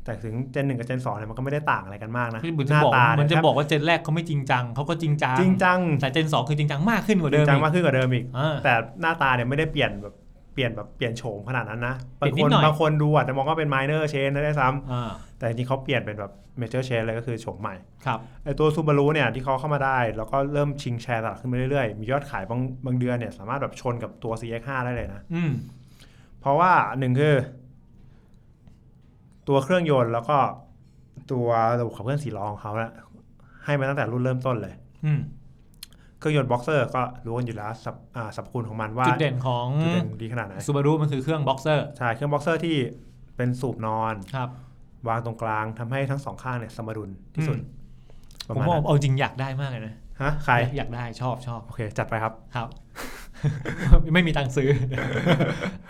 Speaker 2: แต่ถึงเจนหนึ่งกับเจนสองเนี่ยมันก็ไม่ได้ต่างอะไรกันมากนะ
Speaker 3: ที่มัน
Speaker 2: ห
Speaker 3: จะ
Speaker 2: น้า
Speaker 3: บอก
Speaker 2: ตา
Speaker 3: มั
Speaker 2: เนี่ย
Speaker 3: นจะ
Speaker 2: แทบ
Speaker 3: บอกว่าเจนแรกเขาไม่จริงจังเขาก็จริงจัง
Speaker 2: จริงจัง
Speaker 3: แต่เจนสองคือจริงจังมากขึ้นกว่า
Speaker 2: จริ
Speaker 3: เดิม
Speaker 2: งจัง
Speaker 3: อีก
Speaker 2: มากขึ้นกว่าเดิมอีก
Speaker 3: อ่า
Speaker 2: แต่หน้าตาเนี่ยไม่ได้เปลี่ยนแบบเปลี่ยนแบบเปลี่ยนโฉมขนาดนั้นนะ
Speaker 3: เปลี่
Speaker 2: บาย ง
Speaker 3: นนิ
Speaker 2: ค
Speaker 3: ด
Speaker 2: น
Speaker 3: หน่อย
Speaker 2: บางคนดูอาจจะมองว่าเป็นไมเนอร์เชนได้ซ้ำ
Speaker 3: อ่า
Speaker 2: แต่จริงๆเขาเปลี่ยนเป็นแบบเมเจอร์เชนเลยก็คือโฉมใหม่
Speaker 3: ครับ
Speaker 2: ไอตัวซูบารุเนี่ยที่เขาเข้ามาได้ แล้วก็เริ่มชิงแชร์ตลาดขึ้นมาเรื่อยๆ มียอดขายบางบางเดือนเนี่ยสามารถแบบชนกับตัว CX5 ได้เลยนะ
Speaker 3: อืม
Speaker 2: เพราะว่าหนึ่งคือ ตัวเครื่องยนต์แล้วก็ตัวระบบขับเคลื่อนสีล้อของเขานะให้มาตั้งแต่รุ่นเริ่มต้นเลย
Speaker 3: อืม
Speaker 2: เค รื่องยนต์บ็อกเซอร์ก็รู้กันอยู่แล้วสับอ่าสรรพคุณของมันว่า
Speaker 3: จุดเด่นของ
Speaker 2: จุดเด่นดีขนาดไหน
Speaker 3: ซูบารุมันคือเครื่องบ็อกเซอร์
Speaker 2: ใช่เครื่องบ็อกเซอร์ที่เป็นสูบนอน
Speaker 3: ครับ
Speaker 2: วางตรงกลางทำให้ทั้งสองข้างเนี่ยสมดุลที่สุดป
Speaker 3: ผ
Speaker 2: ระ
Speaker 3: ม
Speaker 2: มาณ
Speaker 3: ว่า
Speaker 2: นั้น
Speaker 3: เอาจริงอยากได้มากเลยนะ
Speaker 2: ฮะใคร
Speaker 3: อยากได้ชอบชอบ
Speaker 2: โอเค จัดไปครับ
Speaker 3: ครับ ไม่มีตังค์ ซื้อ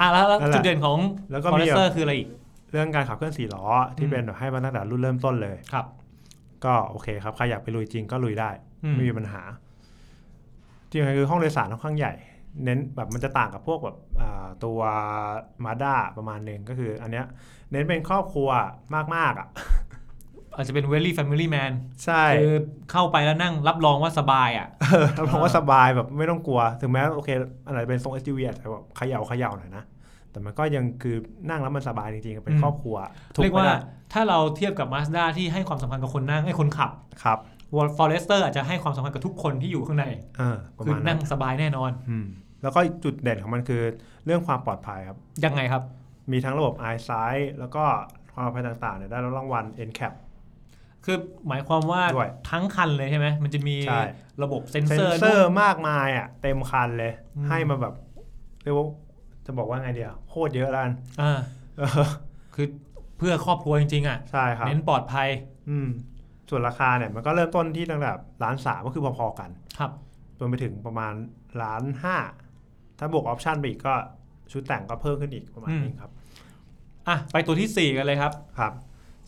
Speaker 3: อ่ะแล้วแล้ว
Speaker 2: นั่นแหละ
Speaker 3: จุดเด่นของ
Speaker 2: แล้วก็
Speaker 3: คอ
Speaker 2: มี
Speaker 3: เล
Speaker 2: แบ
Speaker 3: ส
Speaker 2: บ
Speaker 3: เตอร์คืออะไรอีก
Speaker 2: เรื่องการขับเคลื่อนสี่ล้อที่
Speaker 3: อืม
Speaker 2: เป็นแบบให้มาตั้งแต่รุ่นเริ่มต้นเลย
Speaker 3: ครับ
Speaker 2: ก็โอเคครับใครอยากไปลุยจริงก็ลุยได้
Speaker 3: อืม
Speaker 2: ไม่มีปัญหาที่สำคัญคือห้องโดยสารค่อนข้างใหญ่ เน้นแบบมันจะต่างกับพวกแบบอ่าตัวมาด้าประมาณหนึ่งก็คือ อันเนี้ยเน้นเป็นครอบครัวมากๆอ่ะ
Speaker 3: อาจจะเป็นเวลี่แฟมิลี่แมน
Speaker 2: ใช่
Speaker 3: คือเข้าไปแล้วนั่งรับรองว่าสบาย อ่ะ
Speaker 2: เออรับรองว่าสบายแบบไม่ต้องกลัว ถึงแม้โอเคอันไหนเป็นทรง SUV อาจจะแบบเขย่าเขย่าหน่อยนะ แต่มันก็ยังคือนั่งแล้วมันสบายจริงๆเป็
Speaker 3: อื
Speaker 2: น
Speaker 3: ม
Speaker 2: ครอบครัวทุ
Speaker 3: เรียก
Speaker 2: ไม่
Speaker 3: ว่า
Speaker 2: ได้
Speaker 3: ถ้าเราเทียบกับ Mazda ที่ให้ความสำคัญกับคนนั่งให้คนขับ
Speaker 2: ครับ
Speaker 3: วอลฟอเรสเตอร์อาจจะให้ความสำคัญกับทุกคนที่อยู่ข้างใน
Speaker 2: เออประ
Speaker 3: คือ
Speaker 2: มาณนั้
Speaker 3: นั่
Speaker 2: น
Speaker 3: งสบายแน่นอน
Speaker 2: อืมแล้วก็อีกจุดเด่นของมันคือเรื่องความปลอดภัยครับ
Speaker 3: ยังไงครับ
Speaker 2: มีทั้งระบบ EyeSight แล้วก็ความปลอดภัยต่างๆเนี่ยได้รับรางวัล NCAP
Speaker 3: คือหมายความว่า
Speaker 2: ด้วย
Speaker 3: ทั้งคันเลยใช่ไหมมันจะมี
Speaker 2: ใช่
Speaker 3: ระบบเซ็น
Speaker 2: เซ
Speaker 3: เซอน ร์
Speaker 2: เซอ
Speaker 3: ด้วย
Speaker 2: ร์มากมายอ่ะเต็มคันเลย
Speaker 3: อืม
Speaker 2: ให้มาแบบเรียกว่าจะบอกว่าไงเดียวโคตรเยอะแล้วกัน
Speaker 3: อ่า
Speaker 2: เออ
Speaker 3: คือเพื่อครอบครัวจริงๆอ่ะ
Speaker 2: ใช่ครับ
Speaker 3: เน้นปลอดภัย
Speaker 2: อืมส่วนราคาเนี่ยมันก็เริ่มต้นที่ตั้งแต่ล้านสามก็คือพอๆกัน
Speaker 3: ครับ
Speaker 2: จนไปถึงประมาณล้านห้าถ้าบวกออปชั่นไปอีกก็ชุดแต่งก็เพิ่มขึ้นอีกประมาณ
Speaker 3: อืม
Speaker 2: นี้ครับ
Speaker 3: อ่ะไปตัวที่ 4 กันเลยครับ
Speaker 2: ครับ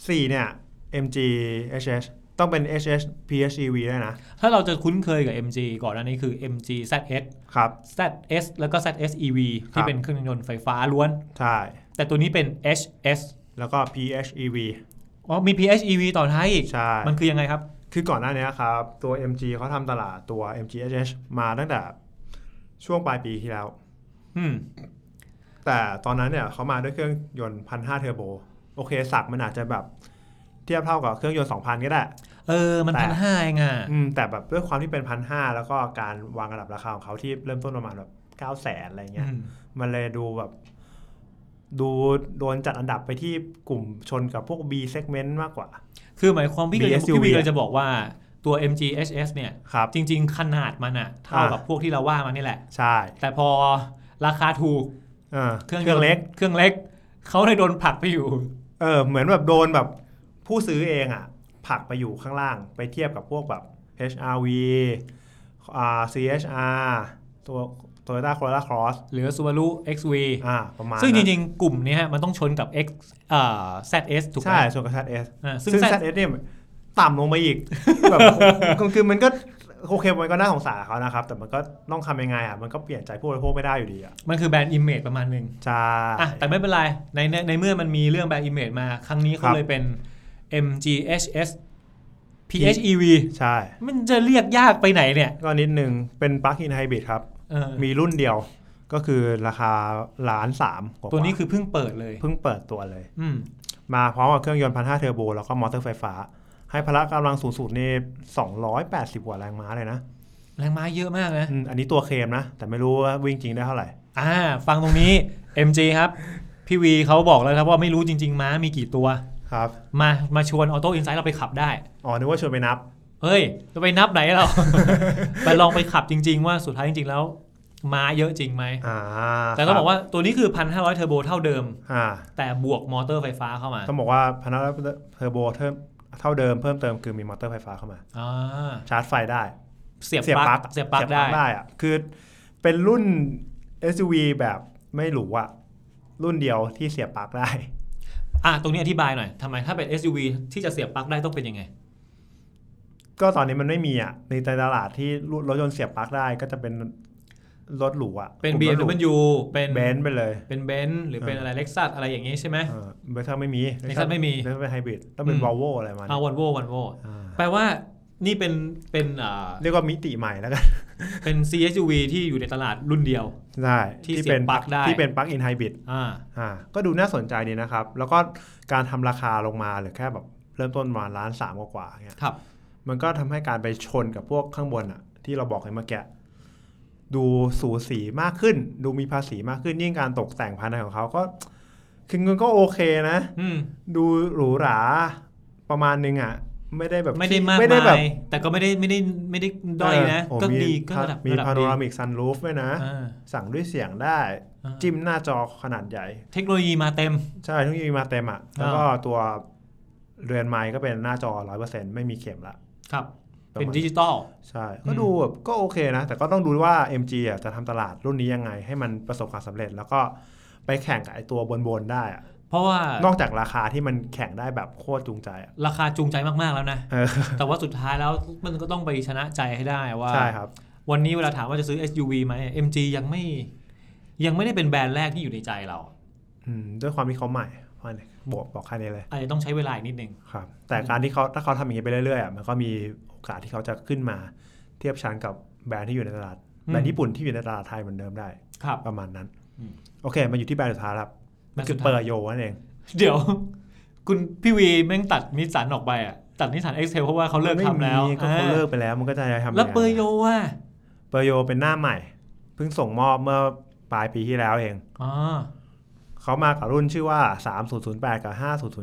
Speaker 2: สี่เนี่ย MG HS ต้องเป็น HS PHEV ด้วยนะ
Speaker 3: ถ้าเราจะคุ้นเคยกับ MG ก่อนอันนี้คือ MG ZS
Speaker 2: ครับ
Speaker 3: ZS แล้วก็ ZS EV
Speaker 2: ค
Speaker 3: ที่
Speaker 2: รับ
Speaker 3: เป็นเครื่องยนต์ไฟฟ้าล้วน
Speaker 2: ใช่
Speaker 3: แต่ตัวนี้เป็น HS
Speaker 2: แล้วก็ PHEV
Speaker 3: อ๋อมี PHEV ต่อท้ายอีก
Speaker 2: ใช่
Speaker 3: มันคือยังไงครับ
Speaker 2: คือก่อนหน้านี้ครับ ตัว MG เขาทำตลาดตัว MGHH มาตั้งแต่ช่วงปลายปีที่แล้ว
Speaker 3: อืม
Speaker 2: แต่ตอนนั้นเนี่ยเขามาด้วยเครื่องยนต์ 1,500เทอร์โบ โอเคสักดิ์มันอาจจะแบบเทียบเท่ากับเครื่องยนต์ 2,000 ก็ได้
Speaker 3: เออ มัน
Speaker 2: แต่
Speaker 3: พันห้าเองอ่ะ
Speaker 2: อืมแต่แบบด้วยความที่เป็น 1,500 แล้วก็การวางระดับราคาของเขาที่เริ่มต้นประมาณแบบ9 0 0 0 0อะไรเงี้ย
Speaker 3: อืม
Speaker 2: มันเลยดูแบบ ดูโดนจัดอันดับไปที่กลุ่มชนกับพวก B segment มากกว่า
Speaker 3: คือหมายความพี่เลย
Speaker 2: BSUV
Speaker 3: พี่เล
Speaker 2: อะ
Speaker 3: ยจะบอกว่าตัว MG HS เนี่ย
Speaker 2: ครับ
Speaker 3: จริง ๆ ขนาดมันอ่ะ เท่า
Speaker 2: อ่า
Speaker 3: กับพวกที่เราว่ามันนี่แหละ
Speaker 2: ใช่
Speaker 3: แต่พอราคาถูก
Speaker 2: อ่า
Speaker 3: เครื่อง
Speaker 2: เล็ก
Speaker 3: เครื่องเล็ก เขาเลยโดนผลักไปอยู่
Speaker 2: เออเหมือนแบบโดนแบบผู้ซื้อเองอะ่ะผลักไปอยู่ข้างล่างไปเทียบกับพวกแบบ HRV อ่า CHR ตัว Toyota Corolla Cross
Speaker 3: เหลือ Subaru XV
Speaker 2: อ่าประมาณ
Speaker 3: ซึ่งจ
Speaker 2: นั้น
Speaker 3: ริง ๆ กลุ่มเนี้ยมันต้องชนกับ X เอ่อ ZS ถูกไหม
Speaker 2: ใช่ ส่วนกับ ZS
Speaker 3: อ่า
Speaker 2: ซึ่
Speaker 3: ซึ่
Speaker 2: ง
Speaker 3: ง Z
Speaker 2: ZS เนี่ยต่ำลงไป อีก แบบคือคือมันก็โอเคมันก็น่าสงสารเขานะครับ แต่มันก็ต้องทำยังไงอ่ะ มันก็เปลี่ยนใจผู้บริโภคไม่ได้อยู่ดีอ่ะ
Speaker 3: มันคือแบรนด์ Image ประมาณหนึ่ง
Speaker 2: ใช่
Speaker 3: อ่ะแต่ไม่เป็นไร ในในในเมื่อมันมีเรื่องแบรนด์ Image มา ครั้งนี้เขาเลยเป็น MGHS PHEV
Speaker 2: ใช่
Speaker 3: มันจะเรียกยากไปไหนเนี่ย
Speaker 2: ก็นิดนึงเป็นปลั๊กอินไฮบริดครับ
Speaker 3: เออ
Speaker 2: มีรุ่นเดียวก็คือราคาล้านสามกว่าๆ
Speaker 3: ตัวนี้คือเพิ่งเปิดเลย
Speaker 2: เพิ่งเปิดตัวเลย
Speaker 3: อืม
Speaker 2: มาพร้อมกับเครื่องยนต์พันห้าเทอร์โบ แล้วก็มอเตอร์ไฟฟ้า ให้พละกำลังสูงสุดนี่280กว่าแรงม้าเลยนะ
Speaker 3: แรงม้าเยอะมากนะ
Speaker 2: อืมอันนี้ตัวเคลมนะ แต่ไม่รู้ว่าวิ่งจริงได้เท่าไหร่
Speaker 3: อ่า ฟังตรงนี้ MG ครับ พี่วีเขาบอกแล้วครับว่าไม่รู้จริง ๆ ม้ามีกี่ตัว
Speaker 2: ครับ
Speaker 3: มา มาชวนออโต้อินไซ h ์เราไปขับได้
Speaker 2: อ๋อนึกว่าชวนไปนับ
Speaker 3: เฮ้ย จะไปนับไหน เรา ไปลองไปขับจริง ๆ ว่าสุดท้ายจริง ๆ แล้ว ม้าเยอะจริงไหม
Speaker 2: อ่า
Speaker 3: แต่ต้องบอกว่าตัวนี้คือ 1,500 เทอร์โบเท่าเดิม
Speaker 2: อ่า
Speaker 3: แต่บวกมอเตอร์ไฟฟ้าเข้ามา
Speaker 2: ต้องบอกว่าพันห้าเทอร์โบเพิ่มเท่าเดิมเพิ่มเติมคือมีมอเตอร์ไฟฟ้าเข้ามา
Speaker 3: อ่า
Speaker 2: ชาร์จไฟได้
Speaker 3: เสียบปลั๊กเสียบปลั๊กได้
Speaker 2: ได้อะคือเป็นรุ่น SUV แบบไม่หรูอะรุ่นเดียวที่เสียบปลั๊กได้
Speaker 3: อ่าตรงนี้อธิบายหน่อยทำไมถ้าเป็น SUV ที่จะเสียบปลั๊กได้ต้องเป็นยังไง
Speaker 2: ก็ตอนนี้มันไม่มีอ่ะ ในตลาดที่รถยนต์เสียบปลั๊กได้ก็จะเป็นรถหรูอ่ะ
Speaker 3: เป็น
Speaker 2: กลุ่มรถหรู
Speaker 3: BMW เป็น
Speaker 2: เบนซ์ไปเลย
Speaker 3: เป็นเบนซ์หรือเป็นอะไรเล็กซัสอะไรอย่างนี้ใช่ไหม
Speaker 2: เออเบนซ์ไม่มี
Speaker 3: Lexus ไม่มี
Speaker 2: เบนซ์เป็นไฮบริดต้องเป็น
Speaker 3: อืม
Speaker 2: วอลโวอะไรมัน
Speaker 3: เอาวันโววันโว
Speaker 2: อ่า
Speaker 3: แปลว่านี่เป็นเป็นอ่า
Speaker 2: เรียกว่ามิติใหม่แล้วกัน
Speaker 3: เป็น CSUV ที่อยู่ในตลาดรุ่นเดียว
Speaker 2: ได้
Speaker 3: ที่เสียบปลั๊กได้
Speaker 2: ที่เป็นปลั๊กอินไฮบริด
Speaker 3: อ่า
Speaker 2: อ่าก็ดูน่าสนใจดีนะครับ แล้วก็การทำราคาลงมาเหรือแค่แบบเริ่มต้นประมาณล้านสามกว่าๆเงี้ย
Speaker 3: ครับ
Speaker 2: มันก็ทำให้การไปชนกับพวกข้างบนอ่ะ ที่เราบอกไปเมื่อกี้ดูสูสีมากขึ้น ดูมีภาษีมากขึ้นยิ่งการตกแต่งภายในของเขาก็คือเงินก็โอเคนะ
Speaker 3: อืม
Speaker 2: ดูหรูหราประมาณนึงอ่ะ ไม่ได้แบบ
Speaker 3: ไม่ได้มาก
Speaker 2: ไม่ได้แบ
Speaker 3: มา
Speaker 2: บ
Speaker 3: ยแต่ก็ไม่ได้ไม่ได้ไม่ได้ด้อยนะ
Speaker 2: เออ
Speaker 3: ก็
Speaker 2: โอ้มี
Speaker 3: ดีก็ระดับ
Speaker 2: มี
Speaker 3: ระดับ
Speaker 2: พาโน
Speaker 3: ดี
Speaker 2: รามิกซันรูฟด้วยนะ
Speaker 3: อ่า
Speaker 2: สั่งด้วยเสียงได้
Speaker 3: อ่า
Speaker 2: จิ้มหน้าจอขนาดใหญ่
Speaker 3: เทคโนโลยีมาเต็ม
Speaker 2: ใช่ทุกอย่างมีมาเต็มอ่ะ แล้วก็ตัวเรือนไม้ก็เป็นหน้าจอร้อยเปอร์เซ็นต์ไม่มีเข็มละ
Speaker 3: ครับ
Speaker 2: ประมาณ
Speaker 3: เป็นดิจิตอล
Speaker 2: ใช่ ก็ดูแบบก็โอเคนะ แต่ก็ต้องดูว่า MG อ่ะจะทำตลาดรุ่นนี้ยังไง ให้มันประสบความสำเร็จ แล้วก็ไปแข่งกับไอตัวบนๆได้อะ
Speaker 3: เพราะว่าน
Speaker 2: อกจากราคาที่มันแข่งได้แบบโคตรจูงใจอ่ะ
Speaker 3: ราคาจูงใจมาก ๆ แล้วนะ
Speaker 2: เออ
Speaker 3: แต่ว่าสุดท้ายแล้วมันก็ต้องไปชนะใจให้ได้ว่า
Speaker 2: ใช่ครับ
Speaker 3: วันนี้เวลาถามว่าจะซื้อ SUV ไหม MG ยังไม่ ยังไม่ได้เป็นแบรนด์แรกที่อยู่ในใจเรา
Speaker 2: อืมด้วยความที่เขาใหม่เพราะเนี่ยบอกบอกแค่นี้เลย
Speaker 3: อาจจะต้องใช้เวลาอีกนิดนึง
Speaker 2: ครับ แต่การที่เขาถ้าเขาทำอย่างนี้ไปเรื่อยๆอ่ะมันก็มีโอกาสที่เขาจะขึ้นมา เทียบชั้นกับแบรนด์ที่อยู่ในตลาดแบรนด์ญี่ปุ่นที่อยู่ในตลาดไทยเหมือนเดิมได้
Speaker 3: ครับ
Speaker 2: ประมาณนั้น
Speaker 3: อืม
Speaker 2: โอเค มาอยู่ที่แบรนด์สุดท้ายครับ
Speaker 3: แบรนด์
Speaker 2: คื
Speaker 3: สุ
Speaker 2: อ
Speaker 3: ดท้าย
Speaker 2: เปอร์โยนั่นเอง
Speaker 3: เดี๋ยว คุณพี่วีแม่งตัดนิสสันออกไปอ่ะ ตัดนิสสันเอ็กเซลเพราะว่าเขาเลิกทำแล้ว
Speaker 2: มันไม่มีก็เขาเลิกไปแล้วมันก็จะทำ
Speaker 3: อ่าแล้ว
Speaker 2: ยังไง
Speaker 3: เปอร์โยอ่ะ
Speaker 2: เปอร์โยเป็นหน้าใหม่ เพิ่งส่งมอบเมื่อปลายปีที่แล้วเอง
Speaker 3: อ๋อ
Speaker 2: เขามากับรุ่นชื่อว่า 3008 กับ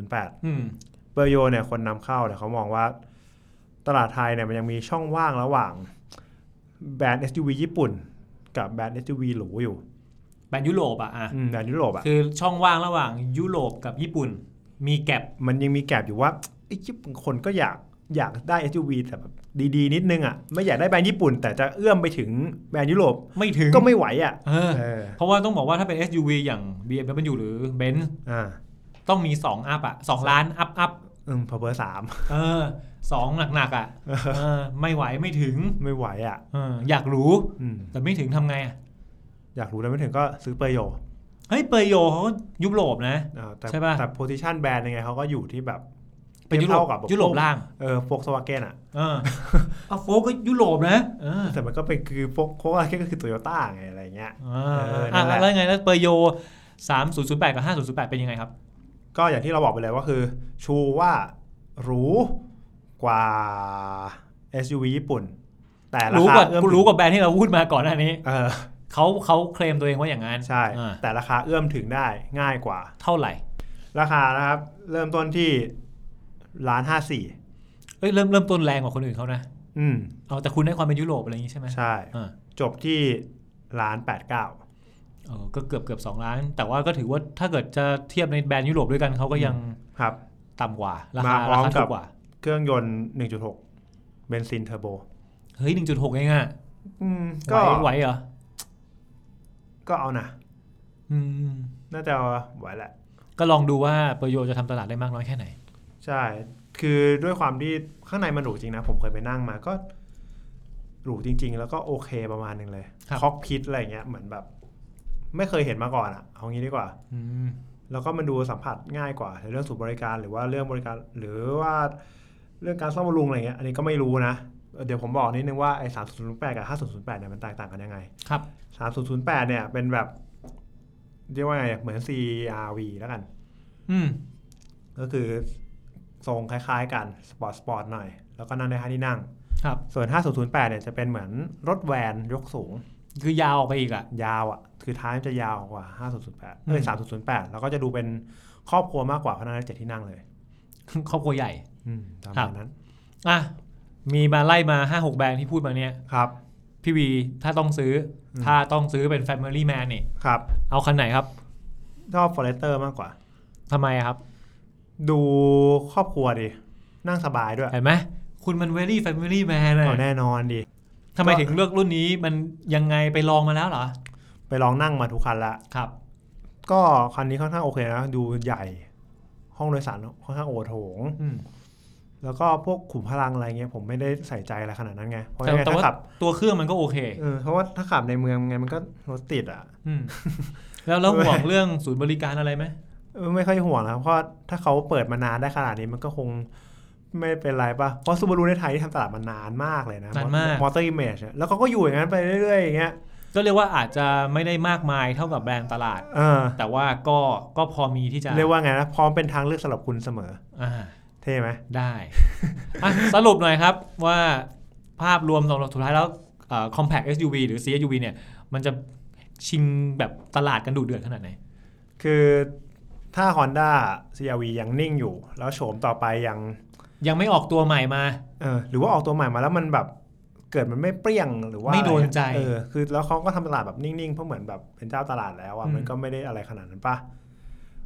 Speaker 2: 5008
Speaker 3: อืม
Speaker 2: เปอร์โยเนี่ยคนนำเข้าเนี่ยเขามองว่า ตลาดไทยเนี่ยมันยังมีช่องว่างระหว่างแบรนด์ SUV ญี่ปุ่น กับแบรนด์ SUV หรูอยู่
Speaker 3: แบรนด์ยุโรปอ่ะอ่ะ
Speaker 2: อืมแบรนด์ยุโรปอะ
Speaker 3: คือช่องว่างระหว่างยุโรปกับญี่ปุ่น มีแกลบ
Speaker 2: มันยังมีแกลบอยู่ว่าไอ้ญี่ปุ่นคนก็อยากอยากได้ SUV แต่แบบดีๆ นิดนึงอ่ะไม่อยากได้แบรนด์ญี่ปุ่น แต่จะเอื้อมไปถึงแบรนด์ยุโรป
Speaker 3: ไม่ถึง
Speaker 2: ก็ไม่ไหวอ่ะ
Speaker 3: เออ
Speaker 2: เออ
Speaker 3: เพราะว่าต้องบอกว่าถ้าเป็น SUV อย่าง BMW หรือ Benz
Speaker 2: อ่า
Speaker 3: ต้องมี 2 อัพอ่ะ 2 ล้านอัพอัพ
Speaker 2: อืมพอเบอร์สาม
Speaker 3: เออสองหนักๆ อ่ะเออไม่ไหวไม่ถึง
Speaker 2: ไม่ไหวอ่ะ
Speaker 3: เอออยากรู้
Speaker 2: อืม
Speaker 3: แต่ไม่ถึงทำไงอ่ะ
Speaker 2: อยากรู้แล้วไม่ถึงก็ซื้อเปอร์โย
Speaker 3: เฮ้ย เปอร์โยเขาก็ยุโรปนะ
Speaker 2: อ่าแต่
Speaker 3: ใช่ปะ
Speaker 2: แต่โพซิชันแบรนด์ยังไงเขาก็อยู่ที่แบบ
Speaker 3: เป็นยุโร
Speaker 2: ทียบท่า
Speaker 3: ป
Speaker 2: กับ
Speaker 3: ยุโรปล่าง
Speaker 2: เออโฟกสวาเกนอ่ะ
Speaker 3: เอ อเอาโฟก็ยุโรปนะเออ
Speaker 2: แต่มันก็เป็นคือโฟกสวาเกนก็คือโตโยต้าไงอะไรเงี้ย
Speaker 3: เออ
Speaker 2: เออนั่
Speaker 3: อ่ะ
Speaker 2: นแหละ
Speaker 3: แล้วไงแล้วเปอร์โย 3008 กับ 5008 เป็นยังไงครับ
Speaker 2: ก็อย่างที่เราบอกไปเลยว่าคือ ชูว่าหรูกว่า SUV ญี่ปุ่น แต่รา
Speaker 3: รู้
Speaker 2: คาก
Speaker 3: ว่า
Speaker 2: เอื้อมถึง
Speaker 3: รู้กว่าแบรนด์ที่เราพูดมาก่อนหน้านี้
Speaker 2: เออ
Speaker 3: เขาเขาเคลมตัวเองว่าอย่างนั้น
Speaker 2: ใช่
Speaker 3: อ่า
Speaker 2: แต่ราคาเอื้อมถึงได้ง่ายกว่า
Speaker 3: เท่าไหร่
Speaker 2: ราคานะครับ เริ่มต้นที่ล้านห้าสี่
Speaker 3: เอ้ยเริ่มเริ่มต้นแรงกว่าคนอื่นเขานะ
Speaker 2: อืม
Speaker 3: เอาแต่คุณได้ความเป็นยุโรปอะไรอย่างนี้ใช่ไหม
Speaker 2: ใช่
Speaker 3: อ่า
Speaker 2: จบที่ล้านแปดเก้า
Speaker 3: เออก็เกือบเกือบสองล้าน แต่ว่าก็ถือว่าถ้าเกิดจะเทียบในแบรนด์ยุโรปด้วยกันเขาก็ยัง
Speaker 2: ครับ
Speaker 3: ต่ำกว่า ราคา
Speaker 2: มาพร้
Speaker 3: รา
Speaker 2: อม
Speaker 3: คา
Speaker 2: กั
Speaker 3: ถู
Speaker 2: บ
Speaker 3: กกว่า
Speaker 2: เครื่องยนต์หนึ่งจุดหกเบนซินเทอร์โบ
Speaker 3: เฮ้ยหนึ่งจุดหกเองอ่ะ
Speaker 2: อืม
Speaker 3: ไหว
Speaker 2: ก็
Speaker 3: ไหวเหรอ
Speaker 2: ก็เอานะ
Speaker 3: อืม
Speaker 2: น่าจะไหวแหละ
Speaker 3: ก็ลองดูว่าประโยชน์จะทำตลาดได้มากน้อยแค่ไหน
Speaker 2: ใช่ คือด้วยความที่ข้างในมันหรูจริงนะ ผมเคยไปนั่งมาก็หรูจริง ๆ แล้วก็โอเคประมาณหนึงเลย
Speaker 3: ครับ
Speaker 2: คอกพิทอะไรเงี้ยเหมือนแบบ ไม่เคยเห็นมาก่อนอะเอางี้ดีกว่า
Speaker 3: อืม
Speaker 2: แล้วก็มันดูสัมผัสง่ายกว่าในเรื่องสูตรบริการหรือว่าเรื่องบริการ หรือว่าเรื่องการซ่อมบำรุงอะไรเงี้ยอันนี้ก็ไม่รู้นะ เดี๋ยวผมบอกนิดนึงว่าไอ้สามศูนย์แปดกับห้าศูนย์ศูนย์แปดเนี่ยมันแตกต่างกันยังไง
Speaker 3: ครับ
Speaker 2: สามศูนย์ศูนย์แปดเนี่ยเป็นแบบเรียกว่าไงเหมือน CRV แล้วกัน
Speaker 3: อืม
Speaker 2: ก็คือทรงคล้ายๆกัน สปอร์ตสปอร์ตหน่อย แล้วก็นั่งได้ห้าที่นั่ง
Speaker 3: ครับ
Speaker 2: ส่วน 5008 เนี่ยจะเป็นเหมือนรถแวนยกสูง
Speaker 3: คือยาวออกไปอีกอ่ะ
Speaker 2: ยาวอะ่ะ คือท้ายมันจะยาวกว่า 5008
Speaker 3: อื
Speaker 2: เอ้ย
Speaker 3: ม
Speaker 2: 3008 แล้วก็จะดูเป็นครอบครัวมากกว่าเพราะนั่งได้เจ็ดที่นั่งเลย
Speaker 3: ครอบครัวใหญ่
Speaker 2: อืมตาม
Speaker 3: ครับ
Speaker 2: นั้น
Speaker 3: อ่ะมีมาไล่มาห้าหกแบรนด์ที่พูดมาเนี่ย
Speaker 2: ครับ
Speaker 3: พี่วีถ้าต้องซื้ออ
Speaker 2: ม
Speaker 3: ถ้าต้องซื้อเป็น Family Man นี่
Speaker 2: ครับ
Speaker 3: เอาคันไหนครับ
Speaker 2: ชอบฟอเรสเตอร์มากกว่า
Speaker 3: ทำไมอะครับ
Speaker 2: ดูครอบครัวดิ นั่งสบายด้วย
Speaker 3: เห็นไหมคุณมัน very family man
Speaker 2: เอา
Speaker 3: อะ
Speaker 2: แน่นอนดิ
Speaker 3: ทำไมถึงเลือกรุ่นนี้มันยังไงไปลองมาแล้วเหรอ
Speaker 2: ไปลองนั่งมาทุกคันละ
Speaker 3: ครับ
Speaker 2: ก็คันนี้ค่อนข้างโอเคนะ ดูใหญ่ ห้องโดยสารค่อนข้างโอโถง
Speaker 3: อืม
Speaker 2: แล้วก็พวกขุมพลังอะไรเงี้ยผมไม่ได้ใส่ใจอะไรขนาดนั้นไง เพราะ
Speaker 3: แต่
Speaker 2: ยังไง
Speaker 3: แต่
Speaker 2: ถ้า
Speaker 3: ว่า
Speaker 2: ขับ
Speaker 3: ตัวเครื่องมันก็โอเค
Speaker 2: เออเพราะว่าถ้าขับในเมืองไงมันก็รถติดอ่ะ
Speaker 3: อืมแล้วเราห่วงเรื่องศูนย์บริการอะไรไหม
Speaker 2: เออไม่ค่อยห่วงนะครับเพราะถ้าเขาเปิดมานานได้ขนาดนี้มันก็คงไม่เป็นไรปะเพราะซูบารุในไทยที่ทำตลาดมานานมากเลยนะ
Speaker 3: นานมาก
Speaker 2: มอเตอร์อิมเมจแล้วเขาก็อยู่อย่างนั้นไปเรื่อยๆอย่างเงี้ย
Speaker 3: ก็เรียกว่าอาจจะไม่ได้มากมายเท่ากับแบรนด์ตลาด
Speaker 2: เออ
Speaker 3: แต่ว่าก็ก็พอมีที่จะ
Speaker 2: เรียกว่าไงนะพร้อมเป็นทางเลือกสำหรับคุณเสมอ
Speaker 3: อ่า
Speaker 2: เท่ไหม
Speaker 3: ได้อ่ะสรุปหน่อยครับว่าภาพรวมสำหรับสุดท้ายแล้วเอ่อ compact SUV หรือ CSUV เนี่ย มันจะชิงแบบตลาดกันดุเดือดขนาดไหน
Speaker 2: คือถ้า Honda CRV ยังนิ่งอยู่ แล้วโฉมต่อไปยัง
Speaker 3: ยังไม่ออกตัวใหม่มา
Speaker 2: เออหรือว่าออกตัวใหม่มาแล้วมันแบบเกิดมันไม่เปรี้ยงหรือว่า
Speaker 3: ไม่โดนใจ
Speaker 2: เออคือแล้วเขาก็ทำตลาดแบบนิ่งๆเพราะเหมือนแบบเป็นเจ้าตลาดแล้วอ่ะ
Speaker 3: อืม
Speaker 2: มันก็ไม่ได้อะไรขนาดนั้นปะ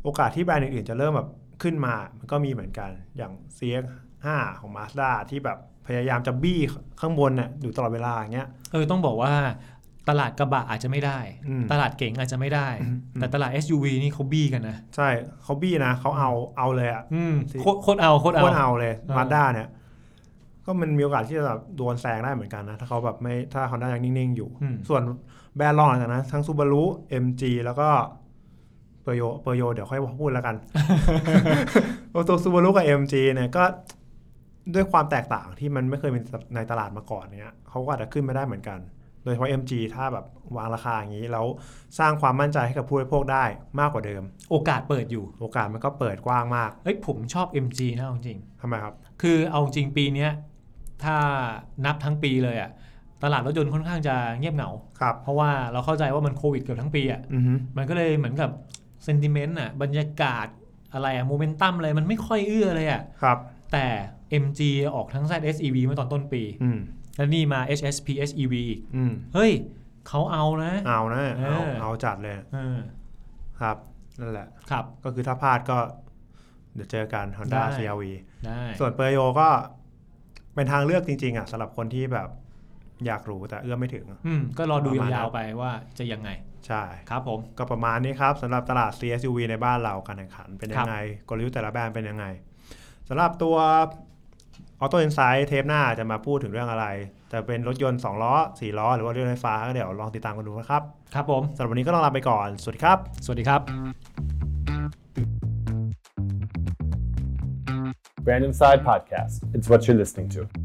Speaker 2: โอกาสที่แบรนด์อื่นๆจะเริ่มแบบขึ้นมา มันก็มีเหมือนกันอย่าง CX5 ของ Mazda ที่แบบพยายามจะบี้ข้างบนน่ะอยู่ตลอดเวลาอย่างเงี้ย
Speaker 3: เออต้องบอกว่าตลาดกระบะอาจจะไม่ได้
Speaker 2: อืม
Speaker 3: ตลาดเก๋งอาจจะไม่ได้
Speaker 2: อืม
Speaker 3: แต่ตลาด SUV นี่เขาบี้กันนะ
Speaker 2: ใช่เขาบี้นะเขาเอาเอาเลยอ่ะ
Speaker 3: อืม
Speaker 2: สิ
Speaker 3: โคโคตรเอาโคตร
Speaker 2: โคตร
Speaker 3: เอา
Speaker 2: เอาเลย
Speaker 3: เออ
Speaker 2: มาด้าเนี่ย ก็มันมีโอกาสที่จะแบบโดนแซงได้เหมือนกันนะ ถ้าเขาแบบไม่ถ้าฮอนด้ายังนิ่ง ๆ อยู่
Speaker 3: อืม
Speaker 2: ส่วนแบรนด์รองหลังจากนั้นทั้งซูบารุเอ็มจีแล้วก็เปอร์โยเปอร์โยเดี๋ยวค่อยพูดแล้วกัน เพราะตัวซูบารุกับเอ็มจีเนี่ยก็ด้วยความแตกต่างที่มันไม่เคยมีในตลาดมาก่อนเนี่ยเขาก็อาจจะขึ้นไม่ได้เหมือนกัน โดยเฉพาะ MG ถ้าแบบวางราคาอย่างนี้แล้วสร้างความมั่นใจให้กับผู้บริโภคได้มากกว่าเดิม
Speaker 3: โอกาสเปิดอยู่
Speaker 2: โอกาสมันก็เปิดกว้างมาก
Speaker 3: เอ้ยผมชอบ MG นะเอาจริง
Speaker 2: ทำไมครับ
Speaker 3: คือเอาจริงปีเนี้ยถ้านับทั้งปีเลยอะตลาดรถยนต์ค่อนข้างจะเงียบเหงา
Speaker 2: ครับ
Speaker 3: เพราะว่าเราเข้าใจว่ามันโควิดเกือบทั้งปีอะ
Speaker 2: อือฮึ
Speaker 3: มันก็เลยเหมือนกับเซนติเมนต์อะบรรยากาศอะไรอะโมเมนตัมอะไรมันไม่ค่อยเอื้อเลยอะ
Speaker 2: ครับ
Speaker 3: แต่ MG ออกทั้ง ZSEV เมื่อตอนต้นปี
Speaker 2: อืม
Speaker 3: แล้วนี่มา HSP SEV อีก
Speaker 2: อืม
Speaker 3: เฮ้ย เขาเอานะ
Speaker 2: เอานะ
Speaker 3: เอ
Speaker 2: เอา
Speaker 3: อ
Speaker 2: เอาจัดเลย
Speaker 3: เออ
Speaker 2: ครับ นั่นแหละ
Speaker 3: ครับ
Speaker 2: ก็คือถ้าพลาดก็ เดี๋ยวเจอกัน Honda
Speaker 3: ได้
Speaker 2: CRV
Speaker 3: ได้
Speaker 2: ส่วนเปอร์โยก็ เป็นทางเลือกจริง ๆ อ่ะสำหรับคนที่แบบอยากรู้แต่เอื้อมไม่ถึง
Speaker 3: อืมก็รอดูยาวๆไปว่าจะยังไง
Speaker 2: ใช่
Speaker 3: ครับผม
Speaker 2: ก็ประมาณนี้ครับสำหรับตลาด CSUV ในบ้านเราการแข่งขันเป็นยังไง กลยุทธ์แต่ละแบรนด์เป็นยังไงสำหรับตัว Auto Insight เทปหน้าจะมาพูดถึงเรื่องอะไร จะเป็นรถยนต์ 2 ล้อ 4 ล้อ หรือว่ารถยนต์ไฟฟ้าก็เดี๋ยวลองติดตามกันดูนะครับ
Speaker 3: ครับผม
Speaker 2: สำหรับวันนี้ก็ต้องลาไปก่อนสวัสดีครับ
Speaker 3: สวัสดีครับ
Speaker 1: Brand Inside Podcast. It's what you're listening to.